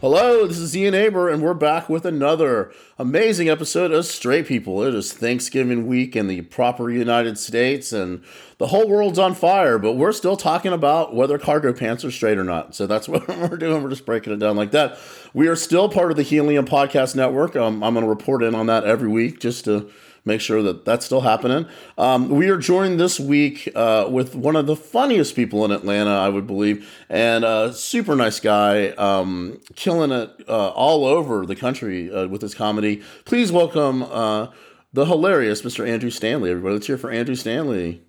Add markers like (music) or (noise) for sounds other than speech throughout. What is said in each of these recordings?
Hello, this is Ian Aber, and we're back with another amazing episode of Straight People. It is Thanksgiving week in the proper United States, and the whole world's on fire, but we're still talking about whether cargo pants are straight or not. So that's (laughs) what we're doing. We're just breaking it down like that. We are still part of the Helium Podcast Network. Um, I'm going to report in on that every week just to make sure that that's still happening. Um, we are joined this week uh, with one of the funniest people in Atlanta, I would believe, and a super nice guy, um, killing it uh, all over the country uh, with his comedy. Please welcome uh, the hilarious Mr. Andrew Stanley. Everybody, let's hear for Andrew Stanley.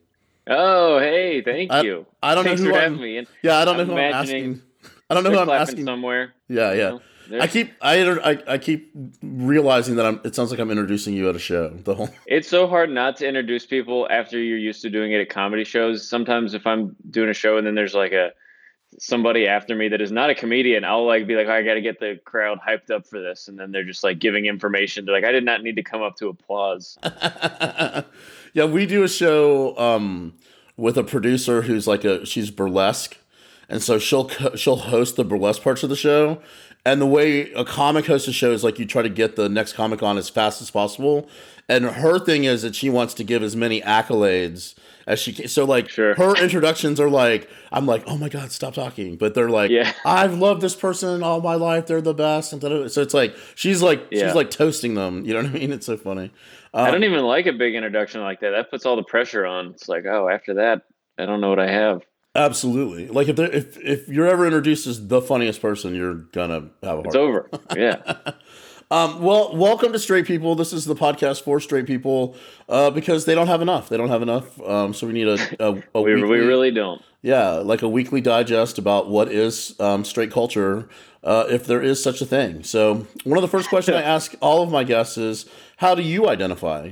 Oh, hey, thank I- you. I don't Thanks know who for I'm. having me. And Yeah, I don't I'm know who I'm imagining asking. I don't know they're who I'm clapping asking. somewhere. Yeah, you yeah. know? I There's- keep I, inter- I I keep realizing that I'm. It sounds like I'm introducing you at a show. The whole it's so hard not to introduce people after you're used to doing it at comedy shows. Sometimes if I'm doing a show and then there's like a somebody after me that is not a comedian, I'll like be like, "Oh, I got to get the crowd hyped up for this, and then they're just like giving information. They're like, I did not need to come up (laughs) to applause. yeah, we do a show um, with a producer who's like a she's burlesque, and so she'll co- she'll host the burlesque parts of the show. And the way a comic hosts a show is like you try to get the next comic on as fast as possible. And her thing is that she wants to give as many accolades as she can. So like Sure. her introductions are like, I'm like, oh my god, stop talking. But they're like, Yeah. I've loved this person all my life. They're the best. And da-da-da. so it's like she's like Yeah. she's like toasting them. You know what I mean? It's so funny. I Um, don't even like a big introduction like that. That puts all the pressure on. It's like, oh, after that, I don't know what I have. Absolutely. Like if there, if if you're ever introduced as the funniest person, you're gonna have a hard. (laughs) It's over. Yeah. Um, well, welcome to Straight People. This is the podcast for straight people uh, because they don't have enough. They don't have enough. Um, so we need a, a, a (laughs) we, weekly, we really don't. yeah, like a weekly digest about what is um, straight culture, uh, if there is such a thing. So one of the first questions I ask all of my guests is, how do you identify?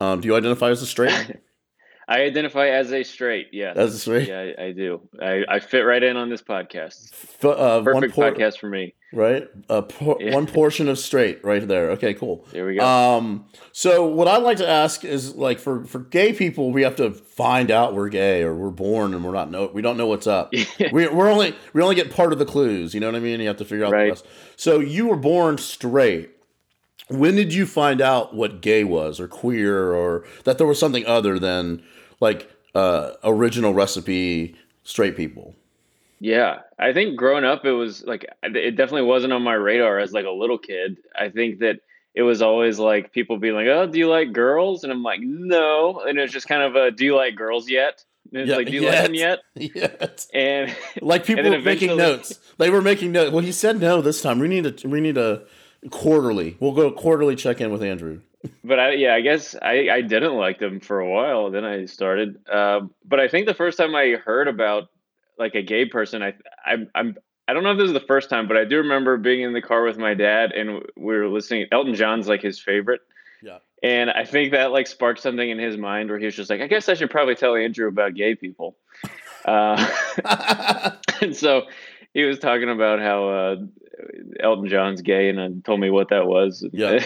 Um, do you identify as a (laughs) straight? I identify as a straight. Yes. As a straight? yeah, I, I do. I, I fit right in on this podcast. F- uh, Perfect por- podcast for me. right? A por- Yeah. one portion of straight right there. Okay, cool. There we go. Um, so what I like to ask is like for for gay people, we have to find out we're gay or we're born and we're not know we don't know what's (laughs) up. we we're only we only get part of the clues. You know what I mean? You have to figure out the Right. rest. So you were born straight. When did you find out what gay was or queer or that there was something other than like uh, original recipe straight people? (laughs) yeah. I think growing up, it was like, it definitely wasn't on my radar as like a little kid. I think that it was always like people being like, oh, do you like girls? And I'm like, no. And it's just kind of a, do you like girls yet? And it's Yeah, like, do you like them yet? yes. And (laughs) Like people then were making eventually- notes. They were making notes. Well, he said no this time. We need a we need a quarterly. We'll go quarterly check in with Andrew. (laughs) but I, yeah, I guess I, I didn't like them for a while. Then I started. Um, but I think the first time I heard about like a gay person, I, I'm, I'm, I don't know if this is the first time, but I do remember being in the car with my dad and we were listening. Elton John's like his favorite. Yeah. And I think that like sparked something in his mind where he was just like, I guess I should probably tell Andrew about gay people. Uh, (laughs) and so he was talking about how uh, Elton John's gay and uh, told me what that was. (laughs) Yeah.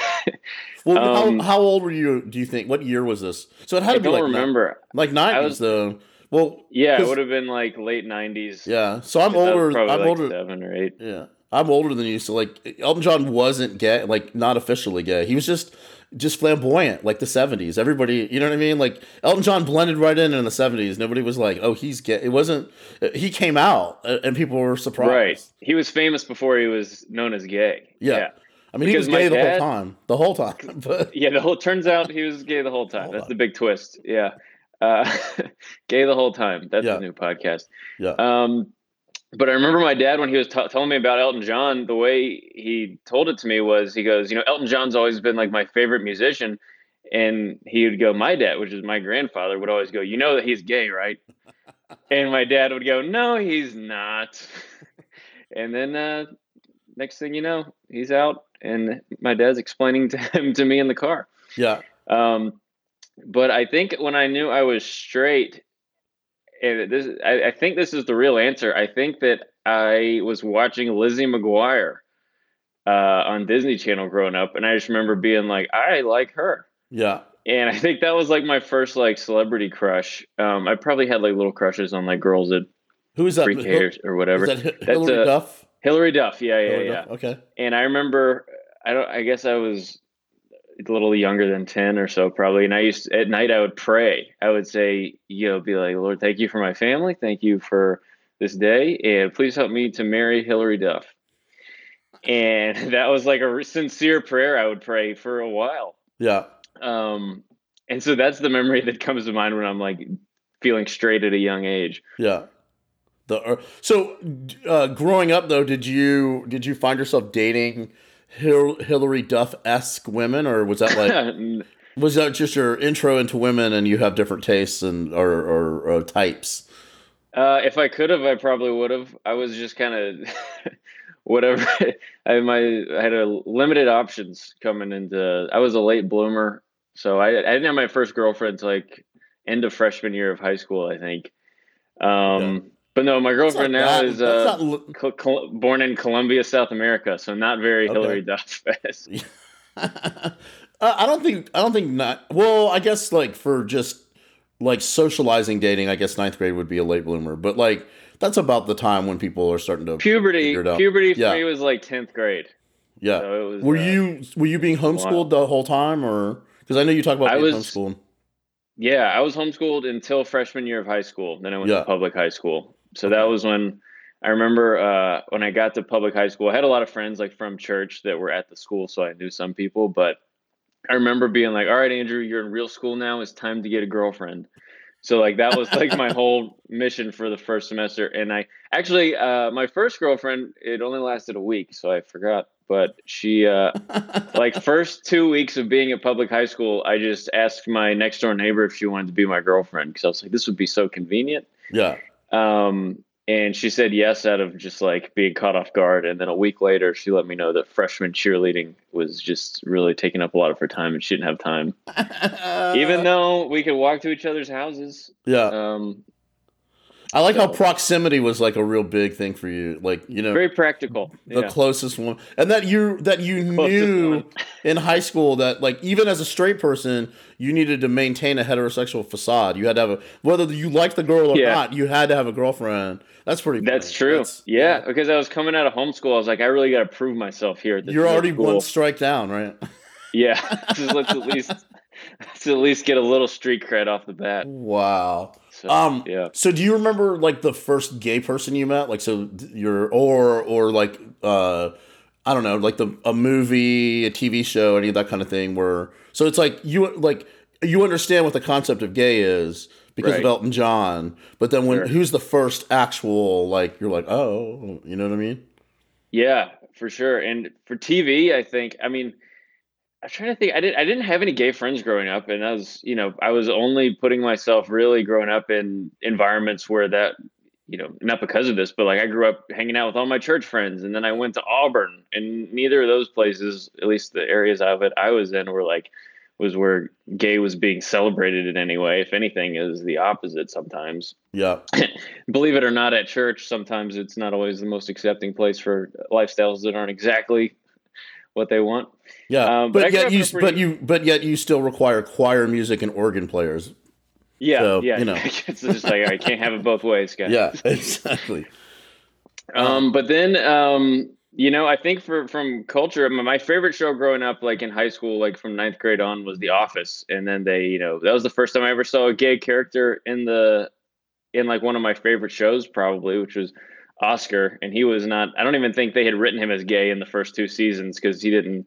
well, Um, how, how old were you? Do you think? What year was this? So it had I to be don't like ni- remember. like I nineties was- though. Well, Yeah, it 'Cause- would have been like late nineties. yeah. So I'm older. I'm Probably like older. seven or eight. Yeah, I'm older than you. So like, Elton John wasn't gay. Like, not officially gay. He was just just flamboyant, like the '70s. Everybody, you know what I mean? Like, Elton John blended right in in the '70s. Nobody was like, "Oh, he's gay." It wasn't. He came out, uh, and people were surprised. Right. He was famous before he was known as gay. Yeah. Yeah. I mean, he was Because my gay the dad- whole time. The whole time. (laughs) But Yeah, the whole turns out he was gay the whole time. Hold That's on. the big twist. Yeah. Uh, (laughs) gay the whole time. That's Yeah. a new podcast. yeah. Um, but I remember my dad when he was t- telling me about Elton John. The way he told it to me was, he goes, "You know, Elton John's always been like my favorite musician," and he would go, "My dad, which is my grandfather, would always go, you know that he's (laughs) gay, right?" and my dad would go, "No, he's not." (laughs) and then uh, next thing you know, he's out, and my dad's explaining (laughs) to him to me in the car. Yeah. Um, but I think when I knew I was straight, and this, I, I think this is the real answer. I think that I was watching Lizzie McGuire uh, on Disney Channel growing up, and I just remember being like, I like her. Yeah. And I think that was like my first like celebrity crush. Um, I probably had like little crushes on like girls at Who is that? pre Who- or whatever. Is that Hi- That's Hillary a- Duff? Hillary Duff. Yeah, yeah, Hillary yeah. Duff? Okay. And I remember, I don't. I guess I was a little younger than ten or so, probably. And I used at night I would pray. I would say, you know, be like, Lord, thank you for my family. Thank you for this day, and please help me to marry Hillary Duff. And (laughs) that was like a sincere prayer I would pray for a while. Yeah. Um, and so that's the memory that comes to mind when I'm like feeling straight at a young age. Yeah. The er- so uh, growing up though, did you did you find yourself dating Hil- Hillary Duff esque women, or was that (laughs) like was that just your intro into women and you have different tastes and or, or, or types? Uh, if I could have, I probably would have. I was just kind of (laughs) whatever. (laughs) I my I had a limited options coming into. I was a late bloomer, so I, I didn't have my first girlfriend till like end of freshman year of high school, I think. Um, Okay. But no, my That's girlfriend not now bad. is That's uh, not li- Col- Col- born in Colombia, South America, so not very Okay. Hillary Duff. Uh, (laughs) I don't think I don't think not. Well, I guess like for just like socializing dating, I guess ninth grade would be a late bloomer, but like that's about the time when people are starting to. (laughs) puberty, Figured out. puberty for Yeah. me was like tenth grade. Yeah. So it was. Were uh, you were you being homeschooled the whole time, or because I know you talk about I being was- homeschooled? Yeah, I was homeschooled until freshman year of high school. Then I went Yeah. to public high school. So that was when I remember uh, when I got to public high school. I had a lot of friends like from church that were at the school, so I knew some people. But I remember being like, "All right, Andrew, you're in real school now. It's time to get a girlfriend." So like that was like my whole mission for the first semester. And I actually uh, my first girlfriend it only lasted a week, so I forgot. But she uh, like first two weeks of being at public high school, I just asked my next door neighbor if she wanted to be my girlfriend because I was like, this would be so convenient. Yeah. Um, and she said yes out of just like being caught off guard. And then a week later, she let me know that freshman cheerleading was just really taking up a lot of her time, and she didn't have time. Even though we could walk to each other's houses, Yeah, um, I like how so- proximity was like a real big thing for you. Like you know, very practical. the yeah. closest one, and that you that you Closest knew one. in high school that like even as a straight person you needed to maintain a heterosexual facade you had to have a whether you liked the girl or Yeah. not you had to have a girlfriend that's pretty That's cool. true. That's- yeah, because I was coming out of homeschool, I was like, I really got to prove myself here. At this you're new already school. one strike down right Yeah, (laughs) just let's at least let's at least get a little street cred off the bat. wow So, um yeah, so do you remember like the first gay person you met like so th- your or or like uh i don't know like the a movie a tv show any of that kind of thing where so it's like you like you understand what the concept of gay is because of Right. elton john but then when Sure. who's the first actual like you're like oh you know what i mean yeah, for sure. And for TV, I think I mean, I'm trying to think. I didn't I didn't have any gay friends growing up, and I was you know I was only putting myself really growing up in environments where that you know not because of this, but like I grew up hanging out with all my church friends, and then I went to Auburn, and neither of those places, at least the areas of it I was in, were like was where gay was being celebrated in any way. If anything, is the opposite sometimes. yeah believe it or not, at church, sometimes it's not always the most accepting place for lifestyles that aren't exactly what they want. yeah (laughs) Um, but but I grew yet up you in a s- but pretty- you but yet you still require choir music and organ players Yeah, So, yeah. you know. (laughs) it's just like I can't have it both ways, guys. yeah (laughs) exactly Uh-huh. Um, but then, um, you know, I think for from culture, my, my favorite show growing up, like in high school, like from ninth grade on, was The Office. And then they, you know, that was the first time I ever saw a gay character in the in like one of my favorite shows, probably, which was Oscar. And he was not. I don't even think they had written him as gay in the first two seasons because he didn't.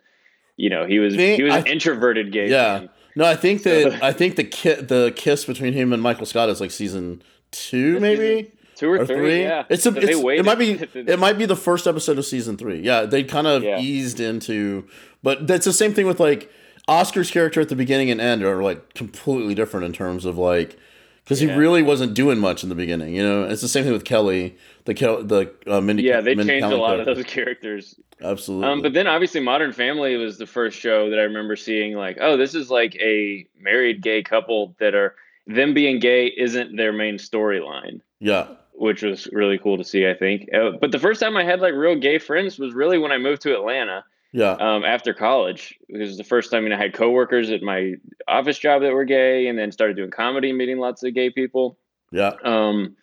You know, he was They- he was I- an introverted gay. Yeah. man. No, I think So- (laughs) that I think the ki- the kiss between him and Michael Scott is like season two, Is maybe two or, or three. three. Yeah, It's, a, So they it's it waited. (laughs) might be it might be the first episode of season three. Yeah, they kind of Yeah. eased into, but that's the same thing with like Oscar's character at the beginning and end are like completely different in terms of like because Yeah. he really wasn't doing much in the beginning. You know, it's the same thing with Kelly, the Kel- the uh, Mindy. yeah, they Mindy changed a Kaling lot of character. those characters Absolutely. Um, but then obviously Modern Family was the first show that I remember seeing like, oh, this is like a married gay couple that are them being gay isn't their main storyline, yeah, which was really cool to see, I think. Uh, but the first time I had like real gay friends was really when I moved to Atlanta yeah, um, after college. It was the first time you know, I had coworkers at my office job that were gay and then started doing comedy, meeting lots of gay people. yeah. Um,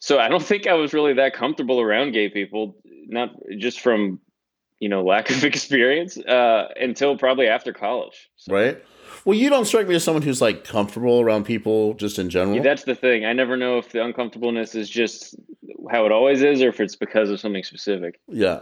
so I don't think I was really that comfortable around gay people not just from you know lack of (laughs) experience uh, until probably after college. So, right? Well, you don't strike me as someone who's like comfortable around people just in general. yeah, that's the thing. I never know if the uncomfortableness is just how it always is, or if it's because of something specific. Yeah.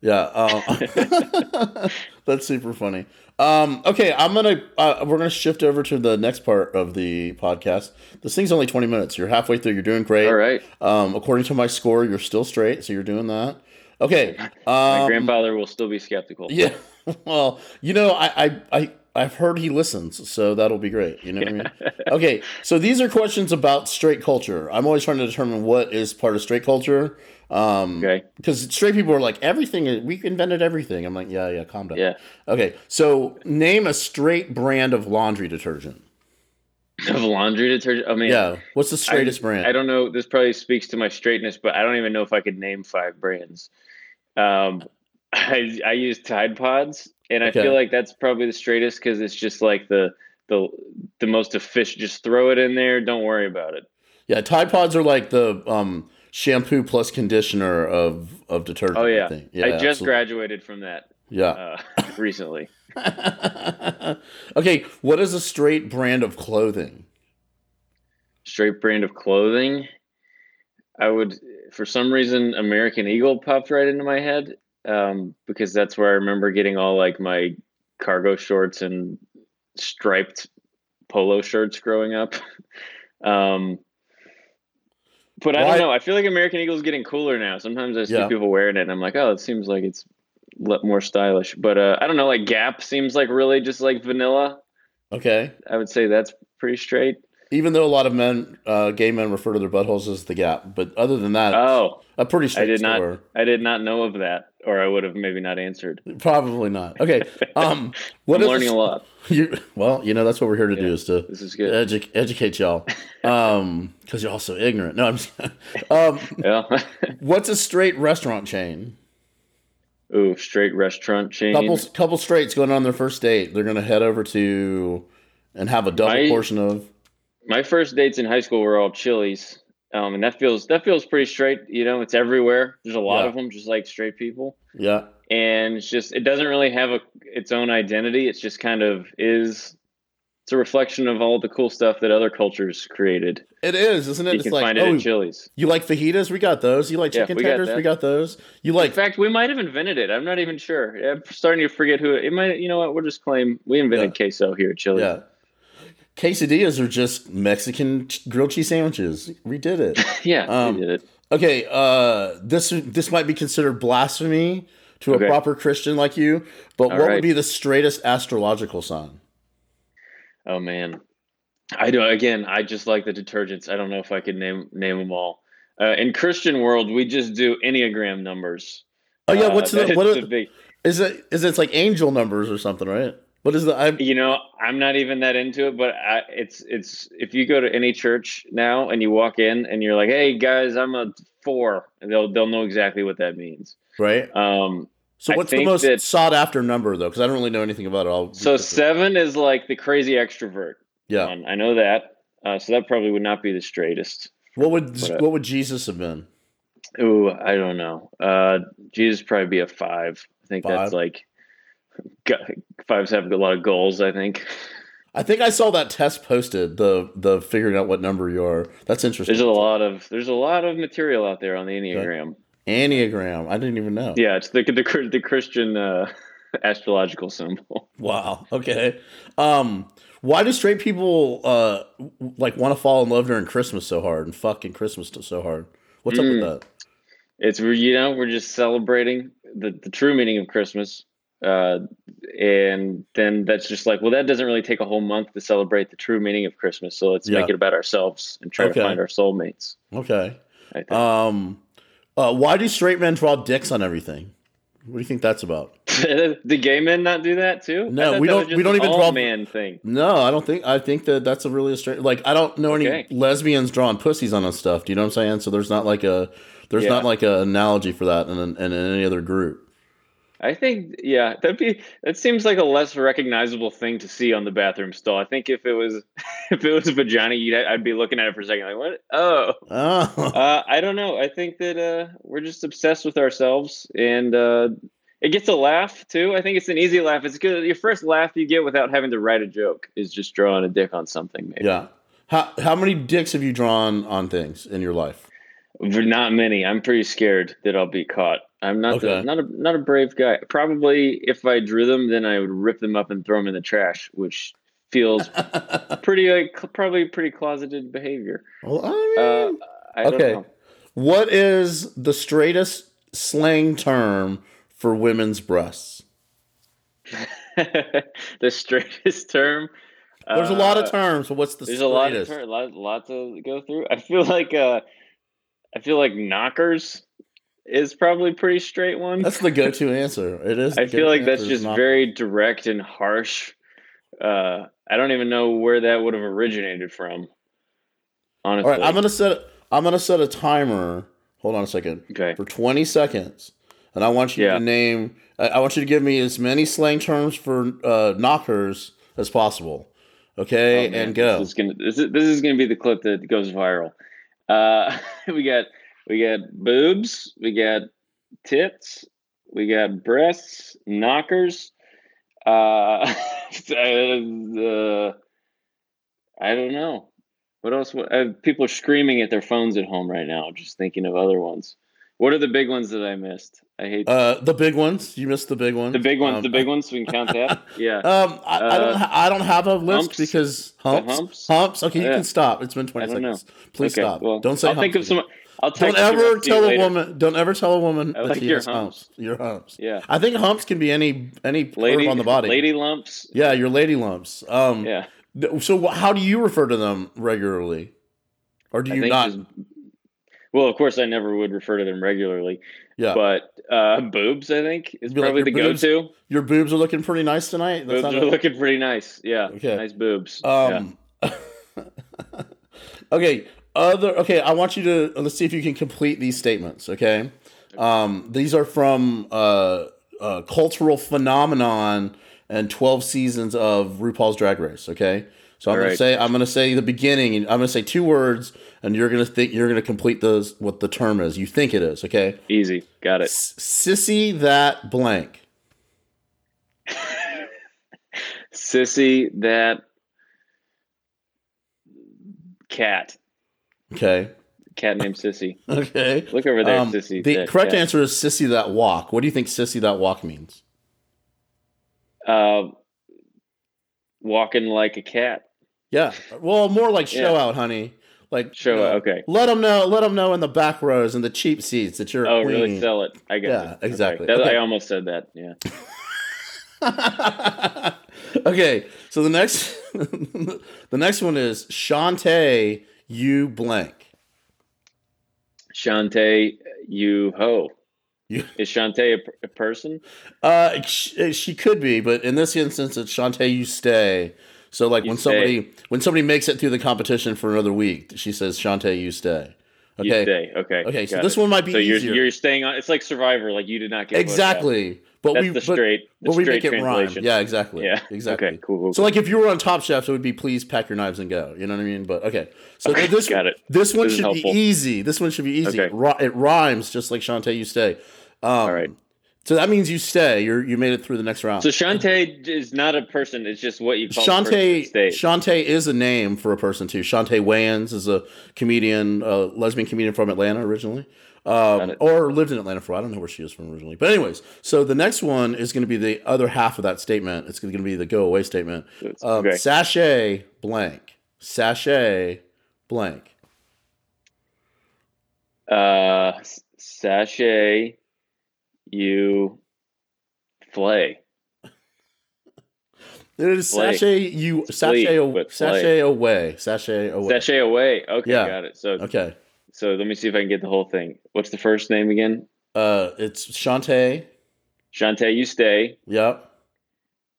Yeah. Uh, (laughs) that's super funny. Um, okay, I'm gonna uh, we're gonna shift over to the next part of the podcast. This thing's only 20 minutes. You're halfway through. You're doing great. All right, Um, according to my score, you're still straight, so you're doing that. (laughs) Okay. Um, my grandfather will still be skeptical. Yeah. (laughs) Well, you know, I, I, I, I've heard he listens, so that'll be great. You know what I mean? (laughs) Okay. So these are questions about straight culture. I'm always trying to determine what is part of straight culture. Um, Okay. Because straight people are like, everything, is- we invented everything. I'm like, yeah, yeah, calm down. Yeah. (laughs) Okay. So name a straight brand of laundry detergent. Of laundry detergent. I mean, Yeah. What's the straightest brand? I don't know. This probably speaks to my straightness, but I don't even know if I could name five brands. Um, (laughs) I I use Tide Pods, and I Okay. feel like that's probably the straightest because it's just like the the the most efficient. Just throw it in there. Don't worry about it. Yeah. Tide Pods are like the um, shampoo plus conditioner of, of detergent. Oh yeah, I, think. I just absolutely. graduated from that Yeah. uh, (laughs) recently. (laughs) okay, what is a straight brand of clothing? Straight brand of clothing. I would, for some reason, American Eagle popped right into my head um, because that's where I remember getting all like my cargo shorts and striped polo shirts growing up. (laughs) Um, but I Why- don't know. I feel like American Eagle is getting cooler now. Sometimes I see Yeah. people wearing it, and I'm like, oh, it seems like it's le- more stylish. But uh, I don't know. Like Gap seems like really just like vanilla. Okay, I would say that's pretty straight. even though a lot of men, uh, gay men, refer to their buttholes as the gap, but other than that, Oh, a pretty straight I did not- score. I did not know of that, or I would have maybe not answered. Probably not. (laughs) Okay, um, what I'm is learning a lot. You, well, you know that's what we're here to do Yeah. is to This is good. edu- educate y'all, um, because you're all so ignorant. No, I'm. Just, (laughs) um, yeah. (laughs) what's a straight restaurant chain? Ooh, straight restaurant chain. Couple couple straights going on their first date. They're gonna head over to and have a double My- portion of. My first dates in high school were all Chili's, um, and that feels that feels pretty straight. You know, it's everywhere. There's a lot Yeah. of them, just like straight people, Yeah. and it's just it doesn't really have a its own identity. It's just kind of is. It's a reflection of all the cool stuff that other cultures created. It is, isn't it? You it's can like, find it oh, at Chili's. you like fajitas? We got those. You like Yeah, chicken we got tenders? that. we got those. You like In fact, we might have invented it. I'm not even sure. I'm starting to forget who it, it might. You know what? We'll just claim we invented queso here at Chili's. yeah. Quesadillas are just Mexican ch- grilled cheese sandwiches. We did (laughs) it. (laughs) Yeah, Um, we did it. Okay, uh, this this might be considered blasphemy to a Okay. proper Christian like you, but All what would right. be the straightest astrological sign? Oh man, I do again. I just like the detergents. I don't know if I could name name them all. Uh, in Christian world, we just do enneagram numbers. Oh yeah, Uh, what's the that's what the are, big? is it? Is it's like angel numbers or something, right? What is the? I, You know, I'm not even that into it, but I, it's it's if you go to any church now and you walk in and you're like, "Hey guys, I'm a four, and they'll they'll know exactly what that means. right. Um, So I what's the think most that- sought after number though? Because I don't really know anything about it. I'll so seven is like the crazy extrovert. yeah. one. I know that. Uh, so that probably would not be the straightest. What would But, uh, what would Jesus have been? Ooh, I don't know. Uh, Jesus would probably be a five. I think Five? that's like g- fives have a lot of goals. I think I think I saw that test posted. The the figuring out what number you are. That's interesting. there's a lot of there's a lot of material out there on the enneagram. Enneagram. I didn't even know. Yeah, it's the the, Chris- the Christian uh, (laughs) astrological symbol. Wow. Okay. Um. Why do straight people uh w- like want to fall in love during Christmas so hard and fucking Christmas t- so hard? What's Mm. up with that? It's re- you know we're just celebrating the the true meaning of Christmas. Uh, and then that's just like, well, that doesn't really take a whole month to celebrate the true meaning of Christmas. So let's Yeah. make it about ourselves and try Okay. to find our soulmates. Okay. I think. (laughs) Um. Uh, why do straight men draw dicks on everything? What do you think that's about? Do gay men not do that too? I No, thought we that don't- was just we don't an even all draw- man thing. No, I don't think. I think that that's a really a straight. Like, I don't know any Okay. lesbians drawing pussies on us stuff. Do you know what I'm saying? So there's not like a there's Yeah. not like a analogy for that in, in, in any other group. I think yeah, that'd be that seems like a less recognizable thing to see on the bathroom stall. I think if it was (laughs) if it was a vagina, you'd, I'd be looking at it for a second like what? Oh, Oh, uh, I don't know. I think that uh, we're just obsessed with ourselves, and uh, it gets a laugh too. I think it's an easy laugh. It's good. Your first laugh you get without having to write a joke is just drawing a dick on something. (laughs) Maybe yeah. How how many dicks have you drawn on things in your life? not many. I'm pretty scared that I'll be caught. I'm not the, Okay. not a not a brave guy. Probably if I drew them, then I would rip them up and throw them in the trash, which (laughs) feels pretty like cl- probably pretty closeted behavior. Well, Uh, I mean, I okay. don't know. (laughs) What is the straightest slang term for women's breasts? the straightest term. There's a lot uh, of terms, but what's the There's straightest? a lot of turn, lot, lot to go through. I feel like uh, I feel like knockers is probably a pretty straight one. That's the go-to answer. It is. (laughs) I the feel go-to like that's answer, just not- very direct and harsh. Uh, I don't even know where that would have originated from. All Honestly, right, I'm gonna set. I'm gonna set a timer. Hold on a second okay. for 20 seconds, and I want you Yeah. to name. I, I want you to give me as many slang terms for uh, knockers as possible. Okay, Oh, man, and go. This is gonna this is, this is gonna be the clip that goes viral. Uh, (laughs) we got we got boobs, we got tits, we got breasts, knockers. Uh, (laughs) uh, I don't know what else. wa- Uh, people are screaming at their phones at home right now. Just thinking of other ones. What are the big ones that I missed? I hate Uh, the big ones. You missed the big ones. the big ones. Um, the big ones. So we can count (laughs) that. Yeah. Um, I, I Uh, don't. Ha- I don't have a list humps? because The humps, humps? humps. Okay, you Yeah. can stop. It's been twenty I don't know. seconds. Please okay. stop. Well, don't say. I'll think of humps again. some. I'll Don't text the ever rest to you tell a later. woman. Don't ever tell a woman. I that like she your has humps. Your humps. Yeah. I think humps can be any any Lady curve on the body. Lady lumps. Yeah, your lady lumps. Um. Yeah. th- So wh- how do you refer to them regularly, or do I you think not? just- well, of course, I never would refer to them regularly, yeah. but uh, boobs, I think, is Be like, probably "Your the boobs- go-to. your boobs are looking pretty nice tonight. Boobs not are a- looking pretty nice. Yeah, Okay. nice boobs. yeah. Um, (laughs) okay. Other okay. I want you to let's see if you can complete these statements. Okay. Um, these are from uh, uh, cultural phenomenon and twelve seasons of RuPaul's Drag Race. Okay. So I'm All gonna right. say I'm gonna say the beginning. and I'm gonna say two words, and you're gonna think you're gonna complete those what the term is. You think it is. Okay. Easy. Got it. S- sissy that blank. Sissy, that cat, Okay. (laughs) cat named Sissy. Okay. Look over there, Um, Sissy. the that correct cat. answer is sissy that walk. What do you think sissy that walk means? Uh, walking like a cat. Yeah. Well, more like show Yeah. out, honey. Like Show you know, out, okay. Let them know. Let them know in the back rows and the cheap seats that you're. Oh, a queen. really? Sell it. I got Yeah, it. Okay. exactly. That- Okay. I almost said that. Yeah. (laughs) okay. So the next, (laughs) the next one is Shantae. You blank. Shantae, you ho. You- Is Shantae a, per- a person? Uh, she, she could be, but in this instance, it's Shantae. You stay. So like You when stay. somebody when somebody makes it through the competition for another week, she says Shantae. You stay. Okay. You stay. Okay. Okay. So got this it. one might be So you're easier. you're staying on. It's like Survivor. Like you did not get voted out. exactly. But uh, That's we the but, straight. The Well, we make straight it rhyme. translation. Yeah, exactly. Yeah. exactly. Okay. Cool. cool, So, like, if you were on Top Chef, it would be please pack your knives and go. You know what I mean? But okay, so Okay, this got it. this one This is should be helpful. easy. This one should be easy. Okay. It, ri- it rhymes just like Shantae, you stay. Um, All right. So that means you stay. You are you made it through the next round. cool. So Shantae is not a person. It's just what you call Shantae Shantae. Shantae is a name for a person too. Shantae Wayans is a comedian, a lesbian comedian from Atlanta originally, um, it. or lived in Atlanta for. I don't know where she is from originally, but anyways. So the next one is going to be the other half of that statement. It's going to be the go away statement. It's- Um, okay. Sachet blank. Sachet blank. Uh, s- sachet, you flay. It is Flake. sachet you sachet flake, a, but sachet away sachet away. Sachet away. Okay, Yeah. got it. So, Okay, so let me see if I can get the whole thing. What's the first name again? uh, it's Shantae. Shantae, you stay. Yep,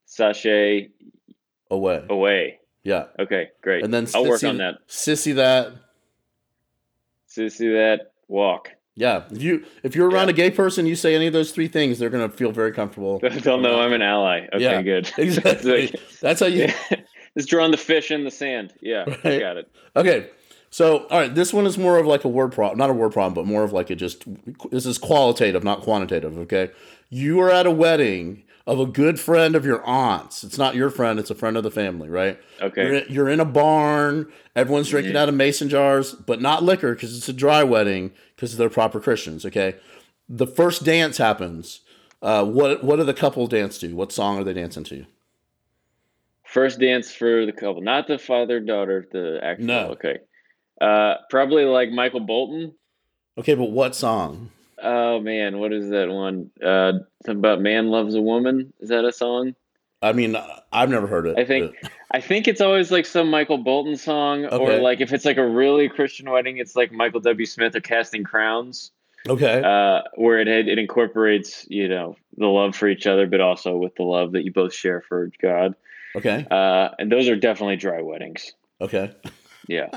Sachet away. away. Yeah. Okay, great. And then I'll work sissy- on that. Sissy that Sissy that walk. (laughs) Yeah, if you if you're around a gay person, you say any of those three things, they're gonna feel very comfortable. (laughs) They'll know I'm an ally. Okay, Yeah. good. (laughs) Exactly. It's like- (laughs) That's how (laughs) you. Just drawing the fish in the sand. Yeah, I Right. got it. Okay. So, all right, this one is more of like a word problem, not a word problem, but more of like a just this is qualitative, not quantitative, okay? You are at a wedding of a good friend of your aunt's. It's not your friend, it's a friend of the family, right? Okay. You're in, you're in a barn, everyone's drinking out of mason jars, but not liquor because it's a dry wedding because they're proper Christians, okay? The first dance happens. Uh, what what do the couple dance to? What song are they dancing to? First dance for the couple, not the father daughter, the actual. No. Okay. Uh, probably like Michael Bolton. Okay, but what song? Oh man, what is that one? Uh, something about man loves a woman. Is that a song? I mean, uh, I've never heard it. I think- but- I think it's always like some Michael Bolton song, or Okay. like if it's like a really Christian wedding, it's like Michael W. Smith or Casting Crowns, okay. (laughs) uh, where it had, it incorporates you know the love for each other, but also with the love that you both share for God. Okay. Uh, and those are definitely dry weddings. Okay. (laughs) Yeah.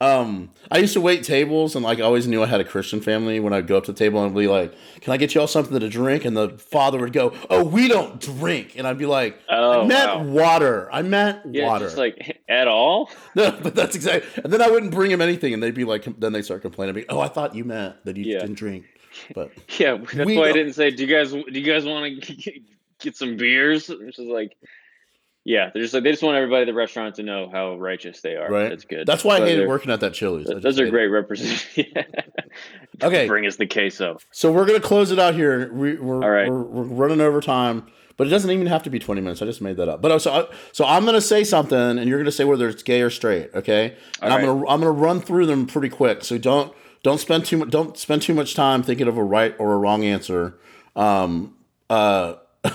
um, I used to wait tables and like I always knew I had a Christian family when I'd go up to the table and be like, Can I get y'all something to drink? And the father would go, Oh, we don't drink. And I'd be like, Oh, I meant wow. water. I meant Yeah, water. just like at all. (laughs) no, but that's exactly. And then I wouldn't bring him anything. And they'd be like, Then they start complaining. I'd be, oh, I thought you meant that you Yeah. didn't drink. (laughs) But Yeah, that's We why I don't- didn't say. Do you guys do you guys want to (laughs) get some beers? (laughs) It's just like, yeah, they're just like they just want everybody at the restaurant to know how righteous they are. Right. That's good. that's why I So hated they're- working at that Chili's. I th- just Those are hated it. great (laughs) representatives. Okay. bring us the queso. So we're gonna close it out here. We, we're, All right. we're we're running over time, but it doesn't even have to be twenty minutes. I just made that up. But uh, so I, so I'm gonna say something, and you're gonna say whether it's gay or straight, okay? And All I'm right. gonna I'm gonna run through them pretty quick. So don't don't spend too much don't spend too much time thinking of a right or a wrong answer. Um, uh, (laughs)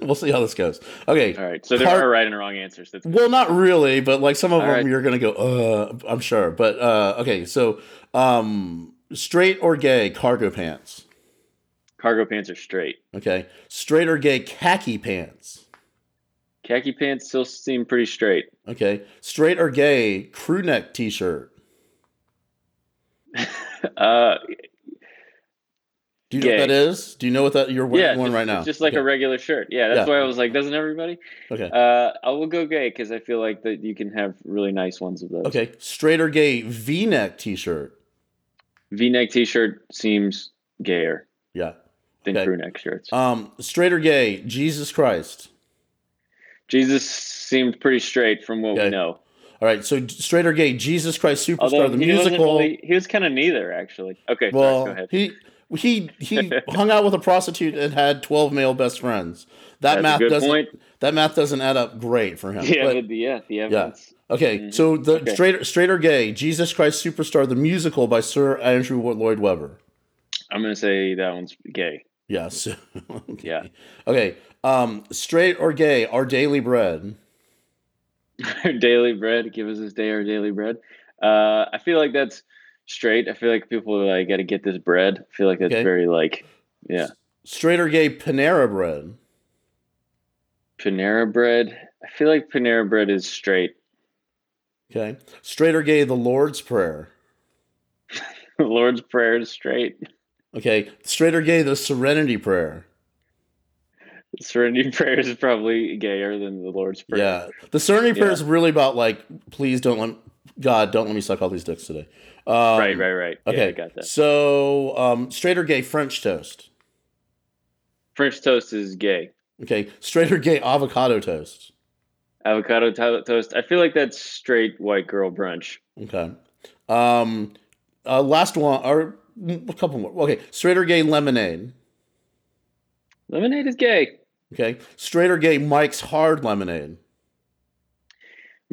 we'll see how this goes. Okay. All right, so there Part- are right and wrong answers. That's Well, not really, but like some of them, right. you're gonna go, uh, I'm sure. But uh, okay, so um, straight or gay cargo pants. Mm-hmm. cargo pants are straight. Okay. Straight or gay khaki pants. Khaki pants still seem pretty straight. (laughs) Okay. Straight or gay crew neck t shirt. Uh, Do you know Gay. what that is? Do you know what that you're wearing yeah, one just, right now? it's just like a okay. regular shirt. Yeah, that's Yeah. why I was like, doesn't everybody? Okay. Uh, I will go gay because I feel like that you can have really nice ones of those. okay. Straight or gay v neck t shirt. V-neck T-shirt seems gayer Yeah. than Okay. crew neck shirts. Um, straight or gay Jesus Christ. Jesus seemed pretty straight from what Okay. we know. All right. So straight or gay Jesus Christ Superstar, Although the he musical. wasn't really, he was kind of neither actually. Okay, well, sorry, go ahead. he. He (laughs) he hung out with a prostitute and had twelve male best friends. That That's math a good doesn't point. that math doesn't add up great for him. (laughs) Yeah, but- the, yeah, the evidence. Okay, so the Mm-hmm. Okay. straight, straight or gay, Jesus Christ Superstar, the musical by Sir Andrew Lloyd Webber. I'm gonna say that one's gay. Yes. (laughs) okay. Yeah. Okay. Um, straight or gay, our daily bread. Our daily bread, give us this day our daily bread. Uh, I feel like that's straight. I feel like people are like, gotta get this bread. I feel like that's Okay. very like, yeah, Straight or gay, Panera bread. Panera bread. I feel like Panera bread is straight. (laughs) Okay. Straight or gay, the Lord's prayer. Lord's prayer is straight. (laughs) Okay. Straight or gay, the Serenity prayer. Serenity Prayer is probably gayer than the Lord's Prayer. Yeah. The Serenity prayer Yeah. is really about like, please don't let God don't let me suck all these dicks today. Um, right, right, right. Yeah, Okay. I got that. So, um, straight or gay, French toast. French toast is gay. Okay, straight or gay avocado toast. Avocado to- toast. I feel like that's straight white girl brunch. Okay. Um, uh, last one or mm, a couple more. Okay, straight or gay lemonade. Lemonade is gay. Okay, straight or gay Mike's hard lemonade.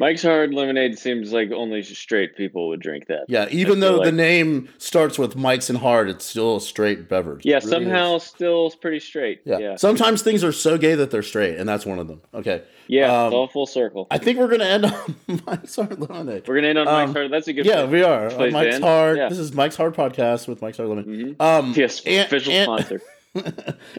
Mike's Hard Lemonade seems like only straight people would drink that. Yeah, even feel though the like- name starts with Mike's and hard, it's still a straight beverage. Yeah, It really somehow is. still pretty straight. Yeah. Yeah. Yeah, Sometimes things are so gay that they're straight, and that's one of them. Okay. it's Um, all full circle. I think we're gonna end (laughs) on Mike's hard lemonade. We're going to end on um, Mike's Hard. That's a good Yeah, place. we are. Place to Mike's end. hard. Yeah. This is Mike's hard podcast with Mike's hard lemonade. Mhm. Um, (laughs) Yes, and- official and- (laughs) sponsor.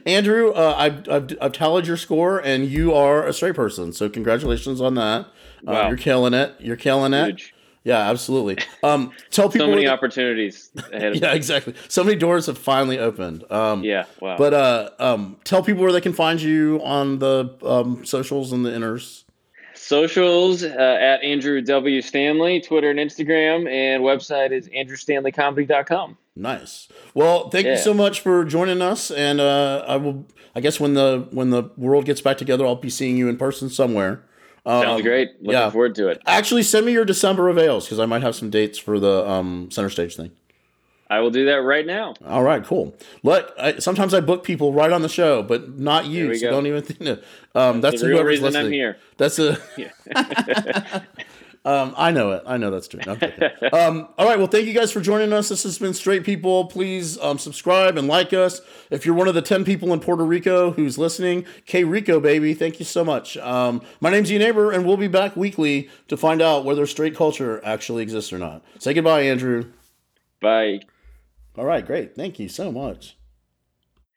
Andrew, uh, I've, I've, I've tallied your score, and you are a straight person. So congratulations on that. Uh, Wow. you're killing it. You're killing it. Huge. Yeah, absolutely. Um, tell people. (laughs) so many where- opportunities ahead of yeah, exactly. So many doors have finally opened. Um, yeah wow But uh, um, tell people where they can find you on the um, socials and the inners. socials uh, at andrew w stanley twitter and instagram and website is andrewstanleycomedy.com Nice. Well, thank you Yeah. so much for joining us, and uh, I will. I guess when the when the world gets back together, I'll be seeing you in person somewhere. Um, sounds great looking yeah. forward to it Actually, send me your December avails because I might have some dates for the um, center stage thing. i will do that right now All right, cool. Let I, sometimes I book people right on the show, but not There you. we So go. don't even think. To, um, that's the real whoever's reason listening. i'm here That's a. (laughs) um, I know it. I know that's true. No, I'm joking. um, all right. Well, thank you guys for joining us. This has been Straight People. Please um, subscribe and like us. If you're one of the 10 people in Puerto Rico who's listening, K Rico, baby, thank you so much. Um, my name's Ian Neighbor, and we'll be back weekly to find out whether straight culture actually exists or not. Say goodbye, Andrew. bye All right. Great. Thank you so much.